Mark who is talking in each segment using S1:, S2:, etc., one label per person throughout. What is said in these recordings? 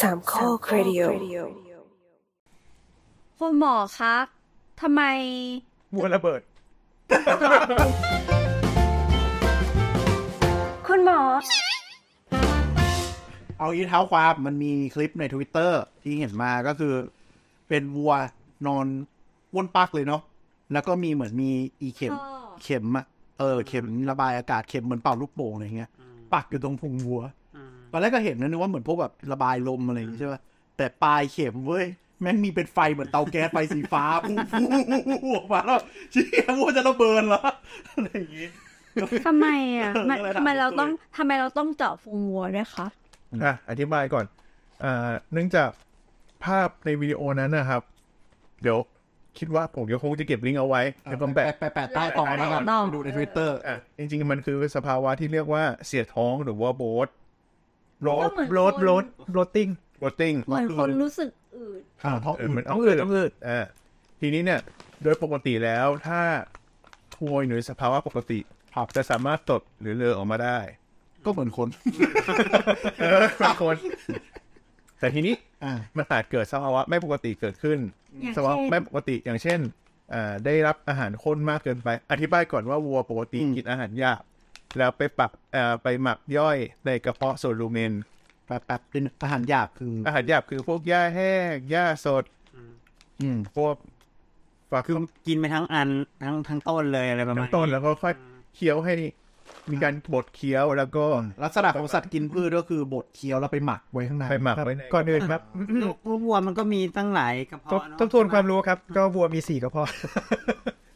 S1: สามข้อครดิโอ
S2: คุณหมอคะทำไม
S3: วัวระเบิด
S1: คุณหมอ
S4: เอาอีกเท้าความมันมีคลิปในทวิตเตอร์ที่เห็นมาก็คือ เป็นวัวนอนวนปักเลยเนาะแล้วก็มีเหมือนมีอีเข็ม
S2: ท่อ
S4: เข็มอะเออเข็มระบายอากาศเข็มเหมือนเป่าลูกโป่งอะไรเงี้ยปักอยู่ตรงพุงวัวตอนแรกก็เห็นนะนึกว่าเหมือนพวกแบบระบายลมอะไรอย่างงี้ใช่ป่ะแต่ปลายเข็มเว้ยแม่งมีเป็นไฟเหมือนเตาแก๊สไฟสีฟ้าปุ๊บปุ๊บปุ๊บออกมาแล้วเชี้วัวจะระเบิดเหรออะไรอย่างงี้
S2: ทำไมอ่ะมัน
S4: เออ
S2: ทำไมเรา
S4: ระดับ
S2: ต้องทำไมเราต้องเจาะฟูงวัวด้วยคะ
S3: อ่ะอธิบายก่อนอ่าเนื่องจากภาพในวิดีโอนั้นนะครับ เดี๋ยวคิดว่าผมเดี๋ยวคงจะเก็บลิงก์เอาไว้แล้วก็แปะ
S4: แปะแปะใต้ตอนแล้วกันไปดูในทวิตเตอร์
S3: อ่ะจริงๆ มันคือสภาวะที่เรียกว่าเสียดท้องหรือว่าโบสโร
S2: ก็
S3: ด
S2: เหมือน
S5: โรด
S2: คน
S5: โรดโรดติ้ง
S3: โรดติ้ง
S2: เหมือนคนรู้สึกอืด
S4: อ่าท้อง
S3: เอ
S4: อื
S3: อมั
S4: ด
S3: นต้องอืดต้องอืดอ่าทีนี้เนี่ย โดยปกติแล้วถ้าป่วยหรือสภาวะปกติจะสามารถตดหรือเลอออกมา ได้
S4: ก็เหมือนคน
S3: เออบางคน แต่ทีนี้
S4: อ่า
S3: มันอาจเกิดสภาวะไม่ปกติเกิดขึ้น
S2: อย่าง
S3: สภาวะ
S2: เช่น
S3: ไม่ปกติอย่างเช่นอ่าได้รับอาหารข้นมากเกินไป อธิบายก่อนว่าวัวปกติ
S4: อืม
S3: กินอาหารหยาบแล้วไปปรับเอ่อไปหมักย่อยในกระเพาะส่วนรูเมน
S4: แป๊บแป๊บเป็นทหารหยาบคือ
S3: อาหารหยาบคือพวกหญ้าแห้งหญ้าสด
S4: อืม
S3: พวกฝาก
S5: คือกินไปทั้งอันทั้งทั้งต้นเลยอะไรประมาณ
S3: น้ำต้นแล้วก็ค่อยเคี้ยวให้มีการบดเคี้ยวแล้วก็
S4: ลักษณะของสัตว์กินพืชก็คือบดเคี้ยวแล้วไปหมักไว้ข้างใน
S3: ไปหมักไว้ก่อนอื่นครับ
S5: พวกวัวมันก็มีตั้งหลายกระเพาะเะ เะ
S6: ทบทวนความรู้ครับ ก็วัวมีสี่กระเพาะ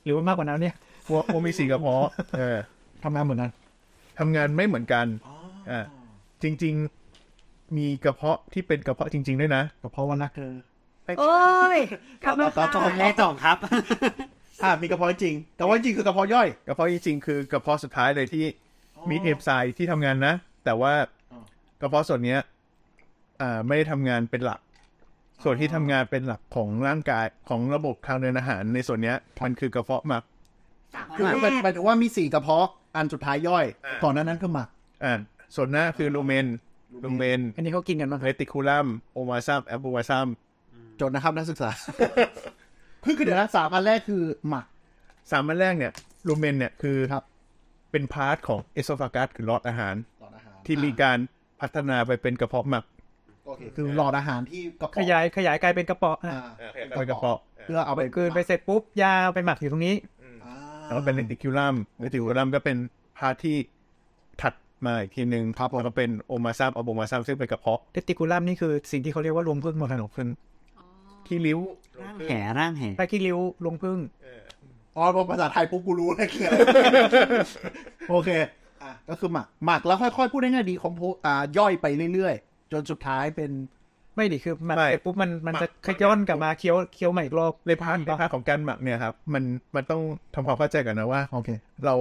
S6: หรือว่ามากกว่านั้นเนี่ย
S3: วัววัวมีสีกระเพาะเออ
S4: ทำงานเหมือนกัน
S3: ทำงานไม่เหมือนกันอ่าจริง ๆ มีกระเพาะที่เป็นกระเพาะจริง ๆ ด้วยนะ
S4: ก็เพราะว่านักเธอ
S2: โอ้ยทำไม
S4: ต่อต่อต่
S5: ตอบได้ตอบครับ
S4: อ่ามีกระเพาะจริง แต่ว่าจริงคือกระเพาะย่อย
S3: กระเพาะจริงๆคือกระเพาะสุดท้ายเลยที่มีเอฟไซที่ทำงานนะ แต่ว่า
S4: อ๋อ
S3: กระเพาะส่วนเนี้ยอ่าไม่ได้ทำงานเป็นหลัก ส่วนที่ทำงานเป็นหลักของร่างกายของระบบทางเดินอาหารในส่วนเนี้ยมันคือกระเพาะหมัก
S4: คือหมายหมายถึงว่ามีสี่กระเพาะอันสุดท้ายย่อย
S3: อ่า
S4: ก่อนหน้านั้นคือหมัก
S3: อ่าส่วนหน้าคือลูเมนลูเมน
S6: อันนี้เขากินกันบ้าง
S3: เรติคูลัมโอมาซัมแอปโอมาซัม
S4: จนนะครับนักศึกษา คือคือเดี๋ยวนะสามอันแรกคือหมัก
S3: สามอันแรกเนี่ยลูเมนเนี่ยคือ
S4: ครับ
S3: เป็นพาร์ทของเอโซฟากัสคือหลอดอาหาร
S4: หลอดอาหาร
S3: ที่มีการพัฒนาไปเป็นกระเพาะหมัก
S4: โอเคคือหลอดอาหารที่กระเพาะ
S6: ขยายขยายกลายเป็นกระเป๋อ
S4: อ่า
S3: เป็นกระเพาะ
S4: เพื่อเอาไป
S6: กลืนไปเสร็จปุ๊บยาไปหมักอยู่ตรงนี้
S4: อ่า
S3: แล้วก็เป็นเรติคิวลัมเรติคิวลัมก็เป็นพาร์ทที่ถัดมาอีกทีหนึ่งครับแล้วก็เป็นโอมาซัมอโบมาซัมซึ่งเป็นกระเพาะ
S6: เรติคูลัมนี่คือสิ่งที่เขาเรียกว่าลวงพึ่งมรดกพึ่ง
S3: ที่ริ้ว
S5: ร่างแห่ร่างแห่
S6: ใต้ขี้ริ้วลวงพึ่ง
S4: อ๋อพอภาษาไทยปุ๊บกูรู้เลยคืออะไร โอเค อ่ะก็คือหมัก หมักแล้วค่อยๆพูดง่ายๆดีของโพอ่าย่อยไปเรื่อยๆ จนสุดท้ายเป็น
S6: ไม่ดิคือมันเสร็จปุ๊บมันมันจะขย้อนกลับมาเคี้ยวเคี้ยวใหม่อีกรอบ
S3: ในพาร์ทในพาร์ทของการหมักเนี่ยครับ มันมันต้องทำความเข้าใจกันนะว่า
S4: โอเค
S3: เรา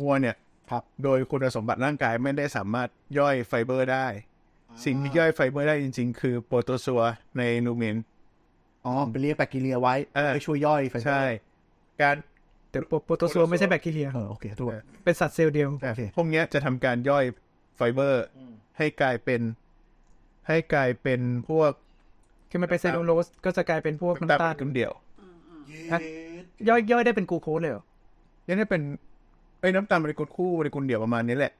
S3: วัวเนี่ย
S4: ครับ
S3: โดยคุณสมบัติร่างกายไม่ได้สามารถย่อยไฟเบอร์ได้ สิ่งที่ย่อยไฟเบอร์ได้จริง ๆ คือโปรโตซัวในนูเมน
S4: อ๋อไปเรียกแบคทีเรียไว้
S3: เออ
S4: ไปช่วยย่อยไฟ
S3: ใช่ การ
S6: แต่โปรโปรโตซัวไม่ใช่แบคทีเรีย
S4: เออโอเคตัว
S3: เออ
S6: เป็นสัตว์เซลล์เดียว
S4: โอเค
S3: พวกเนี้ยจะทำการย่อยไฟเบอร์ ให้กลายเป็น ให้กลายเป็นพวก
S6: คือมันเป็นเซลลูโลสก็จะกลายเป็นพวกน้ำตาล
S3: กลุ่มเดียว
S6: ย่อยย่อยได้เป็นกลูโคสเลยเหรอ
S3: เนี่ยเนี่ยเป็นไอ้ยน้ำตาลโมเลกุลคู่โมเลกุลเดี่ยวประมาณนี้แหละ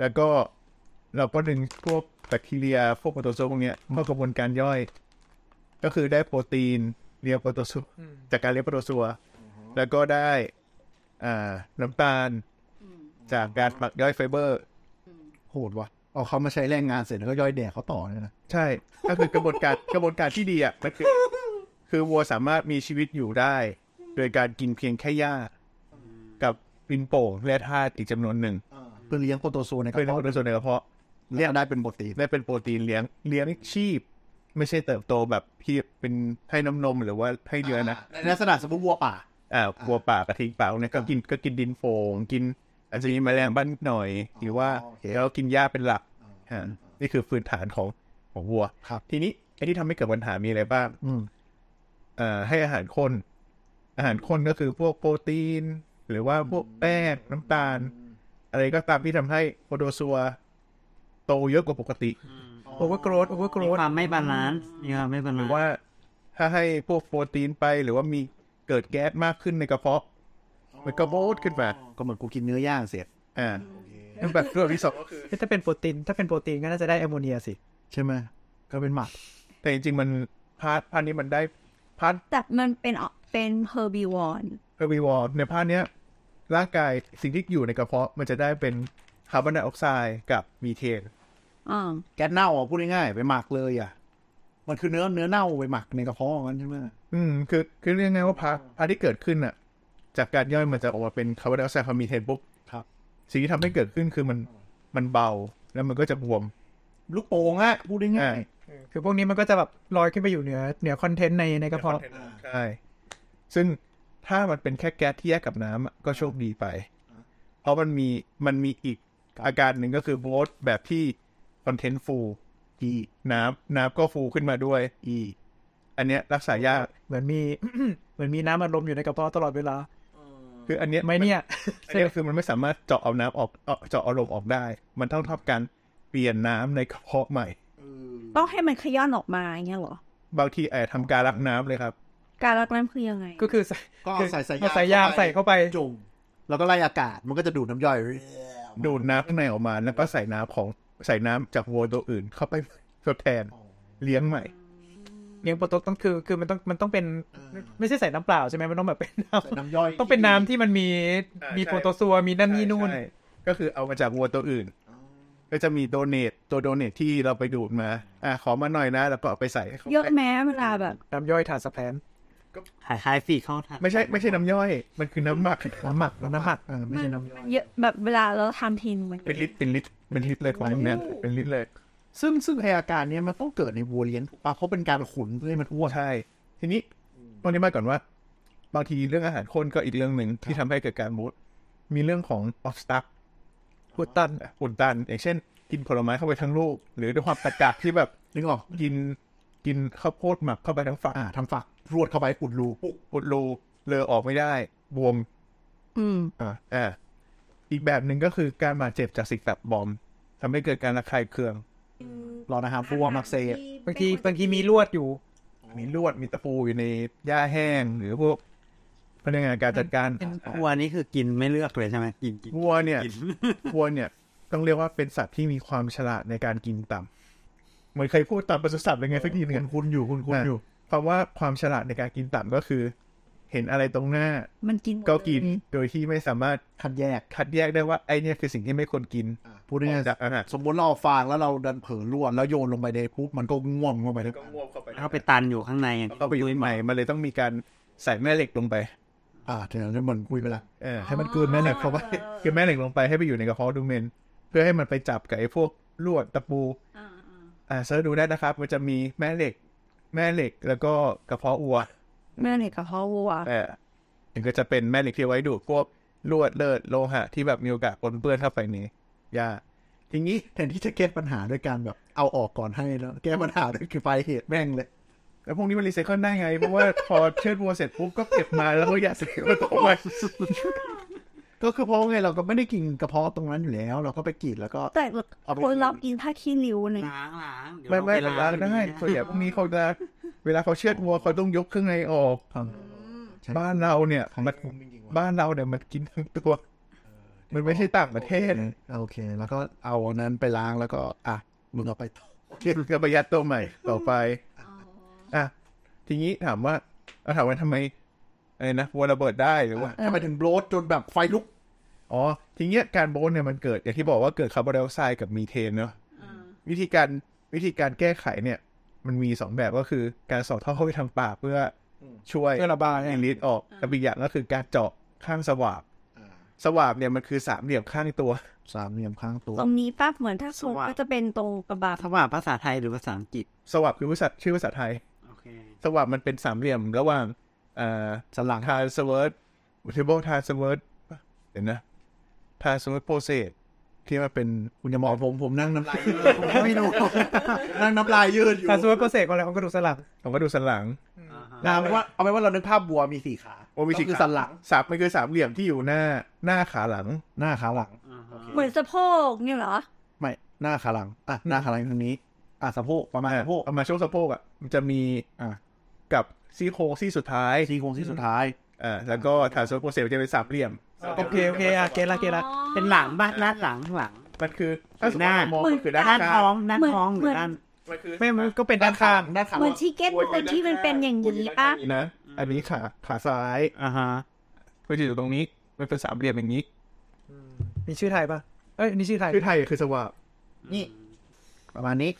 S3: แล้วก็เราก็ดึงพวกแบคทีเรียพวกโปรโตซัวพวกเนี้ยเข้ากระบวนการย่อย ก็คือได้โปรตีนเรียกโปรโตซัวจากการเรียกโปรโตซัวแล้วก็ได้อ่าน้ำตาลจากการหมักย่อยไฟเบอร์
S4: โหดว่ะเอาเขามาใช้แรงงานเสร็จแล้วก็ย่อยแดกเขาต่อเนี่ยนะ
S3: ใช่ ก็คือกระบวนการ กระบวนการที่ดีอ่ะมันคือคือวัวสามารถมีชีวิตอยู่ได้ โดยการกินเพียงแค่หญ้ากับปินโป่งและธาตุอีกจำนวนหนึ่ง
S4: เพื่อเลี้ยงโปรโตโซในก
S3: เพื่อ
S4: ระ
S3: เลี้
S4: เพาะ
S3: ยงโปรโตซัวในกระเพาะ
S4: เรียกได้เป็นโปรตีน
S3: ได้เป็นโปรตีนเลี้ยงเลี้ยงชีพ ไม่ใช่เติบโตแบบที่เป็นให้น้ำนมหรือว่าให้เนื้อนะ
S4: ในลักษณะสมมติวัวป่า
S3: อ่าวัวป่ากระทิงป่าเนี่ยก็กินก็กินดินโฟงกิน อาจจะมีแมลงบ้านนิดหน่อย หรือว่า
S4: โอเค
S3: แล้วกินหญ้าเป็นหลักฮะนี่คือพื้นฐานของของวัว
S4: ครับ
S3: ทีนี้ไอ้ที่ทำให้เกิดปัญหามีอะไรบ้าง
S4: อืม
S3: เอ่อให้อาหารคนอาหารคนก็คือพวกโปรตีน หรือว่าพวกแป้งน้ำตาล อะไรก็ตามที่ทำให้โปรโตซัวโตเยอะกว่าปกติ
S4: โ
S3: โอเวอร์โกรดโอเวอร์โกร
S5: มี
S3: ด
S5: ความไม่บาลานซ์มีความไม่
S3: ห
S5: บาลา
S3: รื
S5: น
S3: อ
S5: ซ์
S3: ว่าถ้าให้พวกโปรตีนไปหรือว่ามีเกิดแก๊สมากขึ้นในกระเพาะ มันก็โบดขึ้นมา
S4: ก็เหมือนกูกินเนื้อย่างเสร็จ
S3: อ่าแบบเรื่องที่สองก็คือ
S6: ถ้าเป็นโปรตีนถ้าเป็นโปรตีนก็น่าจะได้แอมโมเนียสิ
S4: ใช่ไหมก็เป็นหมัก
S3: แต่จริงๆมันพาร์ทพาร์ทนี้มันได้พาร์ท
S2: แต่มันเป็นอ่ะเป็นเฮอร์บิวอน
S3: เอวีวอร์ในพาร์ทเนี้ยร่างกายสิ่งที่อยู่ในกระเพาะมันจะได้เป็นคาร์บอนไดออกไซด์กับมีเทน
S2: อ่า
S4: แก๊สเน่าอ่ะพูดง่ายๆไปหมักเลยอ่ะมันคือเนื้อเนื้อเน่าไปหมักในกระเพาะงั้นใช่ไหม
S3: อืมคือคือเรียกง่ายว่าพาร์ทพาร์ทที่เกิดขึ้นอ่ะ จากการย่อยมันจะออกมาเป็นคาร์บอนไดออกไซด์กับมีเทนปุ๊บ
S4: ครับ
S3: สิ่งที่ทำให้เกิดขึ้นคือมันมันเบาแล้วมันก็จะบวม
S4: ลูกโป่งอ่ะพูดง่าย
S3: อ่า
S6: คือพวกนี้มันก็จะแบบลอยขึ้นไปอยู่เหนือเหนือคอนเทนต์ในในกระเพาะ
S3: ใช่ซึ่งถ้ามันเป็นแค่แก๊สที่แยกกับน้ำอะก็โชคดีไป เพราะมันมีมันมีอีกอาการหนึ่งก็คือโบสแบบที่คอนเทนต์ฟู
S4: ๆอี
S3: น้ำน้ำก็ฟูขึ้นมาด้วย
S4: อี
S3: อันเนี้ยรักษายาก
S6: เหมือนมี เหมือนมีน้ำอัดลมอยู่ในกระเพาะตลอดเวลา
S3: คืออันเนี้ย
S6: ไหม่เนี่ย
S3: อันเนี้ยคือมันไม่สามารถเจาะเอาน้ำออกเอ่อเจาะเอาลมออกได้ มันต้องทำการเปลี่ยนน้ำในกระเพาะใหม่
S2: ต้องให้มันขย้อนออกมาอย่างเงี้ยเหรอ
S3: บางทีอาจจะทำการรักน้ำเลยครับ
S2: การรักน้ำคือยังไง
S6: ก็คือใส่
S4: ก็เอา
S6: คือ
S4: ใส่สาย
S6: เอสายยางใส่เข้าไป
S4: จุ่มแล้วก็ไล่อากาศมันก็จะดูดน้ำย่อยไป
S3: ดูดน้ำข้างในออกมาแล้วก็ใส่น้ำของใส่น้ำจากวัวตัวอื่น เข้าไป ทดแทนเลี้ยงใหม่
S6: เลี้ยงโปรตต้องคือคือมันต้องมันต้องเป็นไม่ใช่ใส่น้ำเปล่าใช่ไหมมันต้องแบบเป็นน้
S4: ใส่น้ำย่อย
S6: ำต้องเป็นน้ำที่มันมี
S3: ใช่
S6: มี
S3: ใช่
S6: โปรโตซัวมีนั่นนี่นู่น
S3: ใช่ก็คือเอามาจากวัวตัวอื่น ก็จะมีโดเนตตัวโดเนตที่เราไปดูดมา อ่ะขอมาหน่อยนะ แล้วก็เอาไปใส่ให้เขา
S2: เยอะแม้เวลาแบบ
S6: น้ำย่อยถ่านสแพน
S5: คล้ายๆฟีดเข้าทาง
S3: ไม่ใช่ไม่ใช่น้ำย่อย มันคือน้ำหมัก
S6: น้ำหมักน้ำหมักเออไม่
S2: มัน
S6: ใช่น้ำย่อย
S2: มันเยอะแบบเวลาเราทำทีนมัน
S3: เป็นลิตรเป็นลิตรเป็นลิตรเลยของอันเนี้ยเป็นลิตรเลย
S4: ซึ่งซึ่งไออาการเนี้ยมันต้องเกิดในวัวเลี้ยงถูกปะเพราะเป็นการขุนเพื่อให้มันอ้วน
S3: ใช่ ทีนี้ตรงนี้มาก่อนว่า บางทีเรื่องอาหารข้นก็อีกเรื่องหนึ่งที่ทำให้เกิดการบูดมีเรื่องของออฟสตั๊กอุดตันอุดตัน อย่างเช่น กินผลไม้เข้าไปทั้งลูก หรือด้วยความตะกากที่แบบ
S4: นึกออก
S3: กินกินข้าวโพดหมักเข้าไปทั้งฝัก
S4: อ่าทำฝักรวดเข้าไปอุดรูปุ๊บ
S3: อุดรูเลอออกไม่ได้บวม
S2: อืม
S3: อ่าอ่าอีกแบบหนึ่งก็คือการบาดเจ็บจากสิ่งแบบบอมทำให้เกิดการระคายเคือง
S4: รอนะครับวัวมักเซฟ
S6: บางทีบางทีมีลวดอยู่
S3: มีลวดมีตะปูอยู่ในหญ้าแห้ง หรือพวกพนักงานการจัดการ
S5: วัวนี่คือกินไม่เลือกเลยใช่ไหมกินกิน
S3: วัวเนี่ย
S5: กิน
S3: วัวเนี่ย ต้องเรียกว่าเป็นสัตว์ที่มีความฉลาดในการกินต่ำเหมือนเคยพูดตามปศุสัตว์ยังไงสักทีหนึ่ง
S4: คุ
S3: อะ
S4: ณคุณอยู่คุณคุณอยู่
S3: คำว่าความฉลาดในการกินต่ำก็คือ เห็นอะไรตรงหน้า
S2: มันกินหมด
S3: ก็กิน
S2: เลย
S3: โดยที่ไม่สามารถ
S4: คัดแยก
S3: คัดแยกได้ว่าไอเนี่ยคือสิ่งที่ไม่ควรกิน
S4: พูดง่าย
S3: จากอาหาร
S4: ๆสมมติเราเอาฟางแล้วเราดันเผลอรวดแล้วโยนลงไปในปุ๊บมันก็ง่วงลงไปทั้ง
S3: งวบเข้าไป
S5: เข้าไปตันอยู่ข้างในอย่างที่
S3: เข้าไปอยู่
S5: ตุ้ยบ
S3: ให
S5: อก
S3: ม่มันเลยต้องมีการใส่แม่เหล็กลงไป
S4: อ่าเดี๋ยวนั้นมันคุยไปละ
S3: เออให้มันกลืนแม่เหล็กเข้าไปกลืนแม่เหล็กลงไปให้ไปอยู่ในกระเพาะดูเมน เพื่อให้มันไปจับกับไอ้พวกลวดตะปู
S2: อ่า
S3: อ่าเซิร์ชดูได้นะครับ มันจะมีแม่เหล็ก แม่เหล็กแล้วก็กระเพาะอัว
S2: ๆเมื่อไหร่กับพ่อวัว
S3: เออมันก็จะเป็นแม่เหล็กที่ไว้ดูดพวกลวดเลือดโลหะที่แบบมีโอกาสปนเปื้อนเข้าไปในี้ยา
S4: ทีนี้แทนที่จะแก้ปัญหาด้วยการแบบเอาออกก่อนให้แล้วแก้ปัญหาด้วยคือไปลายเหตุแม่งเลย
S3: แล้วพวกนี้มันรีไซเคิลได้ไง เพราะว่าพอเชิดวัวเสร็จปุ๊บก็เก็บมาแล้วก็ยาเสพติดมันตกไป
S4: ก็ คือเพราะว่าไงเราก็ไม่ได้กินกระเพาะตรงนั้นอยู่แล้ว เราก็ไปกรีดแล้วก็
S2: แต่
S4: เอาไป
S2: คนเรากินผ้าขี้ริ้วเนี่ย
S5: ล้างล้างเดี๋ยว
S3: ไม่ไม่
S5: เราป
S3: ล้างได้ส่วนใหญ่พวกนี้เขาจะเวลาเขาเชือดวัวเขาต้องยกเครื่องในออก
S4: ใช่
S3: บ้านเราเนี่ยมัน บ้านเราเนี่ยมันกินทั้งตัว มันไม่ใช่ต่างประเทศ
S4: โอเค แล้วก็เอาอันนั้นไปล้างแล้วก็ อ่ะมึงเอาไปต่อ
S3: ก็ประหยัดตัวใหม่ต่อไป อ่ะ ทีนี้ถามว่าเราถามว่าทำไมอะไรนะวัวระเบิดได้หรือว่า
S4: ทำไมถึงโบลดจนแบบไฟลุก
S3: อ๋อ ทีเนี้ยการโบนเนี่ยมันเกิด อย่างที่บอกว่าเกิดคาร์บอนไดออกไซด์กับมีเทนเนาะวิธีการวิธีการแก้ไขเนี่ย มันมีสองแบบก็คือการสอดท่อเข้าไปทางปากเพื่ออช่วย
S6: เพื่อระบาย
S3: ให้ลิตรออกกับอีกอย่างก็คือการเจาะข้างสวาบ
S4: อ่า
S3: สวาบเนี่ยมันคือสามเหลี่ยมข้างตัว
S4: สามเหลี่ยมข้างตัว
S2: ตรงนี้ปั๊บเหมือนถ้าสูงก็จะเป็นตรงกระบาด
S5: ถ้าว่าภาษาไทยหรือภาษาอังกฤษ
S3: สวาบคือภาษาชื่อภาษาไทย
S5: โอเค
S3: สวับมันเป็นสามเหลี่ยมระหว่างเอ่อ
S4: สลัง
S3: ทาสเวิร์ดเทเบิลทาสเวิร์ดเดี๋ยวนะทาสเวิร์ดโปรเซสที่มันเป็น
S4: คุณอย่ามองผมผมนั่งน้ำลายยืดผมไม่ รู้ นั่งน้ำลายยืดอยู่
S6: ถ้าสมมติโปรเซสของอะไรของกระดูกสันหลัง
S3: ผมก็ดูสันหลัง
S4: นะเอาเป็นว่าเอาเป็นว่าเรานึกภาพบัวมีสี่ขา
S3: โอ้มี
S4: ก็คือ
S3: ขา
S4: สันหลัง
S3: สามมันคือสามเหลี่ยมที่อยู่หน้าหน้าขาหลัง
S4: หน้าขาหลัง
S2: เหมือนสะโพกเนี่ยเหรอ
S4: ไม่ หน้าขาหลัง อ่ะ หน้าขาหลังทางนี้ อ่ะสะโพกประมาณสะโพก
S3: เอามาช่วงสะโพกอ่ะมันจะมี
S4: อ่ะ
S3: กับซี่โครงซี่สุดท้าย
S4: ซี่โครงที่สุดท้าย
S3: อ่าแล้วก็ฐานส่วนโปรเซสมันจะเป็นสามเหลี่ยม
S6: โอเคโอเคอ่ะเกตละเกตละ
S5: เป็นหลังบ้านด้านหลังหลัง
S3: มันคือถ้าสมม
S5: ห
S3: ติ
S5: น้า
S3: เรามองมันคือด้าน
S5: ด้าน
S3: ข้า
S5: ท้อง งด้าน
S2: เหมือน
S5: ท้องห
S2: เหมื
S5: รือ
S2: อน
S5: ด้าน
S3: มันคือ
S6: ไม่มันก็เป็นด้านข้าง
S4: ด้านข้าง
S2: เหมือนชิเก้นเป็นที่มันเป็นอย่างนี้ปะ
S3: นะอันนี้ขาขาซ้าย
S5: อ่าฮะ
S3: มันจะอยู่ตรงนี้มันเป็นสามเหลี่ยมอย่างนี้
S6: มีชื่อไทยปะเอ้ยนี่ชื่อไทย
S3: คือไทยคือสวาบ
S4: นี่ ประมาณนี้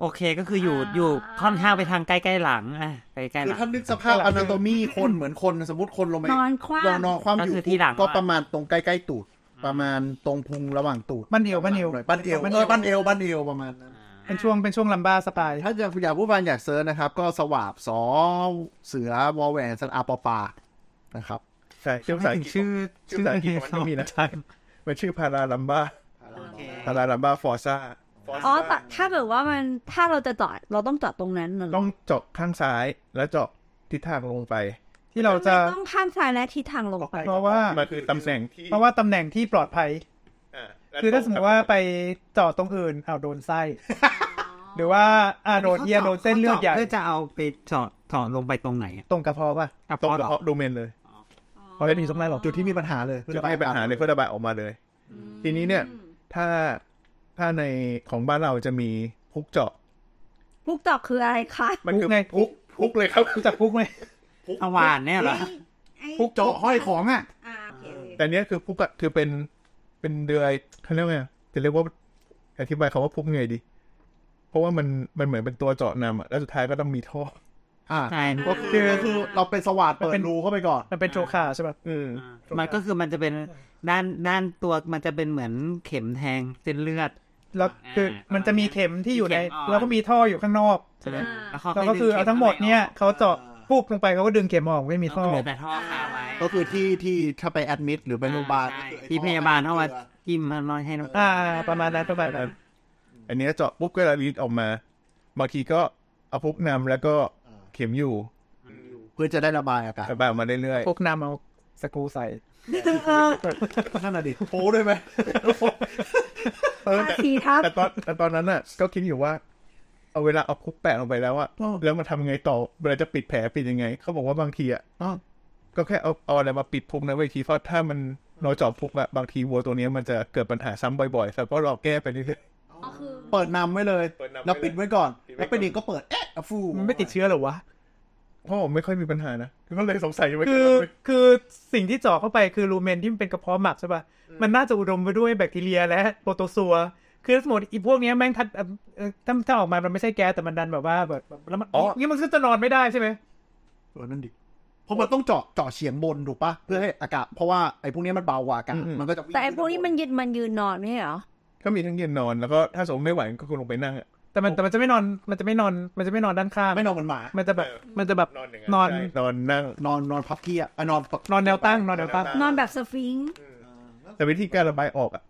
S5: โอเคก็คืออยู่อยู่ค่อนข้างไปทางใกล้ๆหลังอ่ะใกล้ๆห
S4: คือ
S5: ลัง
S4: ถ้านึกสภาพอนาโตมีคนเหมือนคนสมมติคนลงไป
S2: นอนคว้าน
S4: อนนอนความอยู่
S5: ก็คือที่หลัง
S4: ก็ประมาณตรงใกล้ๆตูด ประมาณตรงพุงระหว่างตูด
S6: มันเอวมันเอว
S4: หน่อยปั้นเอวเออปั้นเอวปั้นเอวประมาณนั้น
S6: เป็นช่วงเป็นช่วงลัมบ้าสไตล์
S4: ถ้าจะอยากผู้ฟังอยากเซิร์ชนะครับ ก็สวาบสอเสือวอแหวนสันอาปอปานะครับ
S3: ใช่ชื่อภาษาอังกฤษ
S5: ชื่อ
S3: ชื่อภาษาอังกฤษของมันก็มีนะ มันชื่อพาราลัมบ้า
S5: โอเค
S3: พาราลัมบ้าฟอร์ซ่า
S2: อ๋อแต่ถ้าแบบว่ามันถ้าเราจะจอดเราต้องจอดตรงนั้นน่ะเหรอ
S3: ต้องเจาะข้างซ้ายแล้วเจาะทิศทางลงไป
S6: ที่เราจะ
S2: ทำไมต้องข้ามซ้ายและทิศทางลงไป
S6: เพราะว่า
S3: มันคือตำแหน่งที่
S6: เพราะว่าตำแหน่งที่ปลอดภัย คือถ้าสมมติว่าไปจอดตรงอื่นอ้าวโดนไส้ หรือว่าอ่าโดนเยียโดนเส้นเลือดใหญ่
S5: เพื่อจะเอาไปเจาะเจาะลงไปตรงไหนอ่ะ
S6: ตรงกระเพาะป่ะ
S5: อ่ะ
S3: ตรง
S5: พอเหรอ
S3: เพาะโดเมนเลย
S6: เพราะเป็นผีสมไรหรอก
S4: จุดที่มีปัญหาเลย
S3: จะไม่ให้ปัญหาเลยเพื่อระบายออกมาเลย ทีนี้เนี่ย ถ้าถ้าในของบ้านเราจะมีพุกเจาะ
S2: พุกจอกคืออะไรคะ
S3: มันคื
S6: พุ
S3: อ
S6: กไง
S3: พุกพุกเลยครับ
S6: รู้จักพุกไหม
S5: เอาหวานเนี่ยเหรอ
S4: พุกเจาะห้อยของอ่ะ
S2: อ่าโอเคโอเค
S3: แต่เนี้ยคือพุกอะคือเป็นเป็นเดือยเขาเรียกว่าไงจะเรียกว่าอธิบายคำว่าพุกยังไงดี เพราะว่ามันมันเหมือนเป็นตัวเจาะนำอะแล้วสุดท้ายก็ต้องมีท่อ
S4: อ่า
S5: ใช่
S4: ก็คือคือเราเป็นสวาดเปิ
S6: มันเป็
S4: ด
S6: น
S4: รูเข้าไปก่อน
S6: มันเป็นโทรคาใช่ป่ะ
S3: อืม
S5: มันก็คือมันจะเป็นด้านด้านตัวมันจะเป็นเหมือนเข็มแทงเส้นเลือด
S6: แล้วคือ
S5: อ่ามั
S6: มันจะมีเข็มที่อยู่ใน
S5: มีเข็มอ่อน
S6: แล้วก็มีท่ออยู่ข้างนอก
S5: ใช่ไหม
S6: แล้วก็คือเอาทั้งหมดเนี่ยเขาเจาะปุ๊บลงไปเขาก็ดึงเข็มออกไม่มี
S5: แล้ว
S6: ท่อ
S5: ก็เหลือแต่ท่อคาไว้
S4: ก็คือที่ที่ถ้าไปแอดมิดหรือไปโรงพยาบาล
S5: ใช่
S4: ก็คือไอ้ท่อ
S5: ที่พยาบาลเข้ามาจิ้มมันน้อยให้น้ำตาล
S6: อ่าประมาณนั้นประมาณนั้น
S3: อันเนี้ยเจาะปุ๊บก็ระลีดออกมา บางทีก็เอาพุกนำแล้วก็เข็มอยู่
S4: เพื่อจะได้ระบายอากาศ
S3: ระบายออกมาเรื่อย
S6: พวกนำเอาสกรูใส่
S4: นั่นน่ะดิโป้ด้วยไหม
S3: ๆเออแต่
S2: ทีครับ
S3: แต่ตอนแต่ตอนนั้นน่ะ ก็คิดอยู่ว่า เอาเวลาเอาพุกแปะลงไปแล้วอะ
S4: อ้อ
S3: แล้วมันทำไงต่อเวลาจะปิดแผลปิดยังไง เขาบอกว่าบางทีอะ
S4: อ้าว
S3: ก็แค่เอาเอาอะไรมาปิดพุกนะเวยทีเพราะถ้ามันนอยเจาะพุกอะบางทีวัวตัวเนี้ยมันจะเกิดปัญหาซ้ำบ่อยๆแล้วก็รอแก้ไปเรื่อย
S4: เปิดนำไว้เลย
S3: เปิดนำไว้เลย
S4: แล้วปิดไว้ก่อน
S3: ปิดไว้
S4: แล้ว
S3: ก่อน
S4: ไปดีก็เปิดเอ๊ะฟู
S6: มันไม่ติดเชื้อเหรอวะ
S3: ๆพ่อผมไม่ค่อยมีปัญหานะก็เลยสงสัยอยู่ว่า
S6: คือคือสิ่งที่เจาะเข้าไปคือรูเมนที่มันเป็นกระเพาะหมักใช่ป่ะ มันน่าจะอุดมไปด้วยแบคทีเรียและโปรโตซัว คือสมมติอีพวกเนี้ยแม่งทัดเอ่อเอ่อถ้าถ้าออกมา มันไม่ใช่แก๊สแต่มันดันแบบว่าแบบแบบแล้วมันงี้มันก็จะนอนไม่ได้ใช่ไหม
S4: เออนั่นดิเพราะมันต้องเจาะเจาะเฉียงบนถูกปะเพื่อให้อากาศ เพราะว่าไอ้พวกเนี้ยมันเบากว่าอากาศมันก็จะง
S2: แต่ไอ้พวกนี้มันยืนมันยืนนอนไม่ใช่เหรอ
S3: ก็มีทั้งเย็นนอนแล้วก็ถ้าสมมติไม่ไหวก็ควรลงไปนั่งอะ
S6: แต่มันแต่มันจะไม่นอนมันจะไม่นอนมันจะไม่นอนด้านข้าง
S4: ไม่นอนเหมือนหมา
S6: มันจะแบบ
S3: เออ
S6: มันจะแบบ
S3: นอนอย่าง
S6: นอน
S3: ใช่นอนนั่ง
S4: นอนนอนพับเพียบอ่ะนอนปก
S6: นอนแนวตั้งนอนแนวตั้ง
S2: นอนแบบสฟิงค์
S3: แต่วิธีการระบายออกอ่ะ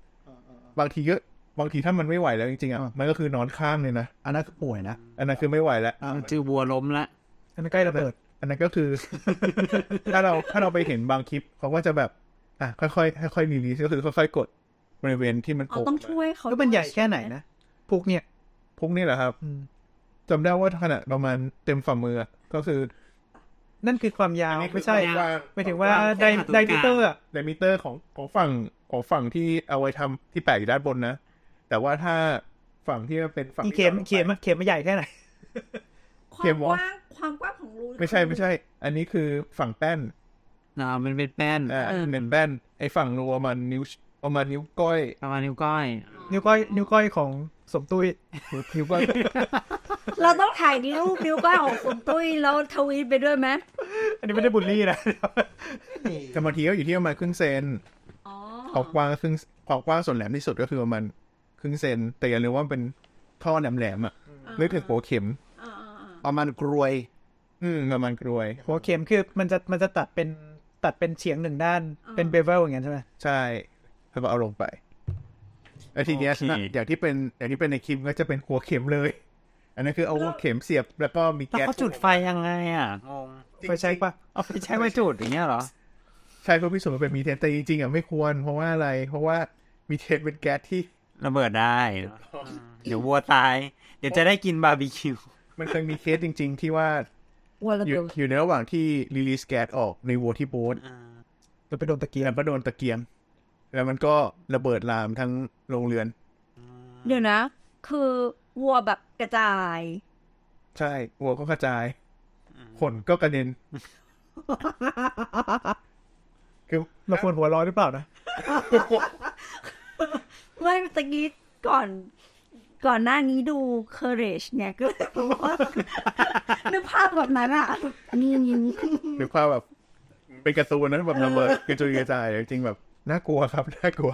S3: บางทีก็บางทีถ้ามันไม่ไหวแล้วจริงๆอ่ะ
S4: อ่ามั
S3: มันก็คือนอนข้างเลยนะ
S4: อันนั้นคือป่วยนะ
S3: อันนั้นคือไม่ไหวแล้ว
S4: อ่า
S5: จือวัวล้มละ
S6: อันนั้นใกล้ระเบิด
S3: อันนั้นก็คือ ถ้าเราถ้าเราไปเห็นบางคลิปเขาก็จะแบบ อ่ะค่อยๆค่อยๆรีลีสก็คือค่อยๆกดบริเวณที่มัน
S2: เอา
S3: โผล่
S2: ต้องช่วยเขา
S6: ก็มันใหญ่แค่ไหนนะพวกเนี่ย
S3: พวกนี้แหละครับ
S6: อืม
S3: จำได้ว่าขนาดประมาณเต็มฝ่ามืออะก็คือ
S6: นั่นคือความยาวไม่ใช่
S5: ความยาว
S6: ไม่ถึงว่า
S5: ความกว้าง
S6: ได
S5: ของ
S6: ได
S5: ต
S6: มิ
S5: รงกลาง
S6: เตอร์อะ
S3: ในมิเตอร์ของของฝั่งของฝั่งที่เอาไว้ทำที่แปะอยู่ด้านบนนะ แต่ว่าถ้าฝั่งที่มันเป็นฝั่ง
S6: อี
S3: ที่
S6: เข็ม
S3: รา
S6: เข็มอะเข็มมันใหญ่แค่ไหน
S2: ค
S3: เก
S2: วาม มก
S3: วอล์ก
S2: ว้างความกว้างของรู
S3: ไม่ใช่ไม่ใช่ อันนี้คือฝั่งแป้น
S5: นะมันเป็นแป้น
S3: อ่า
S5: เออ
S3: เป็นแบนไอ้ฝั่งรูประมาณนิ้วประมาณนิ้วก้อย
S5: ประมาณนิ้วก้อย
S6: นิ้วก้อยนิ้วก้อยของสมตุ้ย
S3: นิ้วก้อย
S2: เราต้องถ่ายนิ้วนิ้วก้อยของคุณตุ้ยแล้วทวีตไปด้วยไหม
S6: อันนี้ไม่ได้บุลลี่นะ
S3: แต่บางทีก็อยู่ที่ประมาณครึ่งเซน
S2: อ๋อ
S3: ความกว้างครึ่งความกว้างส่วนแหลมที่สุดก็คือประมาณครึ่งเซน แต่อย่าลืมว่ามันเป็นท่อแหลมๆอ่ะนึกถึงหัวเข็ม
S2: อ่าอ่าอ่า
S4: ประมาณกรวย
S3: อืมประมาณกรวย
S6: หัวเข็มคือมันจะมันจะตัดเป็นตัดเป็นเฉียงหนึ่งด้านเป็นเบเวลอย่างเงี้ยใช่ไหม
S3: ใช่แล้วก็เอาลงไปแล้วทีเนี้ย
S5: โอเค
S3: นะอย่างที่เป็นอย่างที่เป็นในคลิปก็จะเป็นหัวเข็มเลย อันนั้นคือเอาหัวเข็มเสียบแล้วก็มี
S5: แล้ว
S3: แก๊ส
S5: เขาจุดไฟยังไงอ่ะงง
S3: จริงๆ
S6: ไฟแช็กปะ
S5: เอาไฟใช้ไว้จุดอย่างเงี้ยเหรอ
S3: ใช่เพื่อพิสูจน์ว่าเป็นมีเทนแต่จริงๆอ่ะไม่ควร เพราะว่าอะไร เพราะว่ามีเทนเป็นแก๊สที่
S5: ระเบิดได้ เดี๋ยววัวตาย ดี๋ยวจะได้กินบาร์บีคิว
S3: มันเคยมีเคสจริง ๆ ที่ว่า
S2: ว่าเรา
S3: อยู่
S2: เดี๋ยว
S3: อยู่ในระหว่างที่รีลีสแก๊สออกในวัวที่โบ๊ท
S6: จะไปโดนตะเกีย
S3: แล้
S6: บ
S3: วก็โดนตะเกียง แล้วมันก็ระเบิดลามทั้งโรงเรือน
S2: เดี๋ยวนะ คือวัวแบบกระจาย
S3: ใช่วัวก็กระจาย ขนก็กระเด็น คือ
S6: เราควรหัวเร้อนหรือเปล่านะ
S2: ไม่ตะกี้ก่อน ก่อนหน้านี้ดู courage เนี่ยก็เลยบอกว่านึกภาพแบบนั้นอ่ะนี่นี่นี่
S3: หรือความแบบ เป็นการะตูนนั้นแบบระเบิดกระจุยกระจายจริงๆแบบน่ากลัวครับน่ากลัว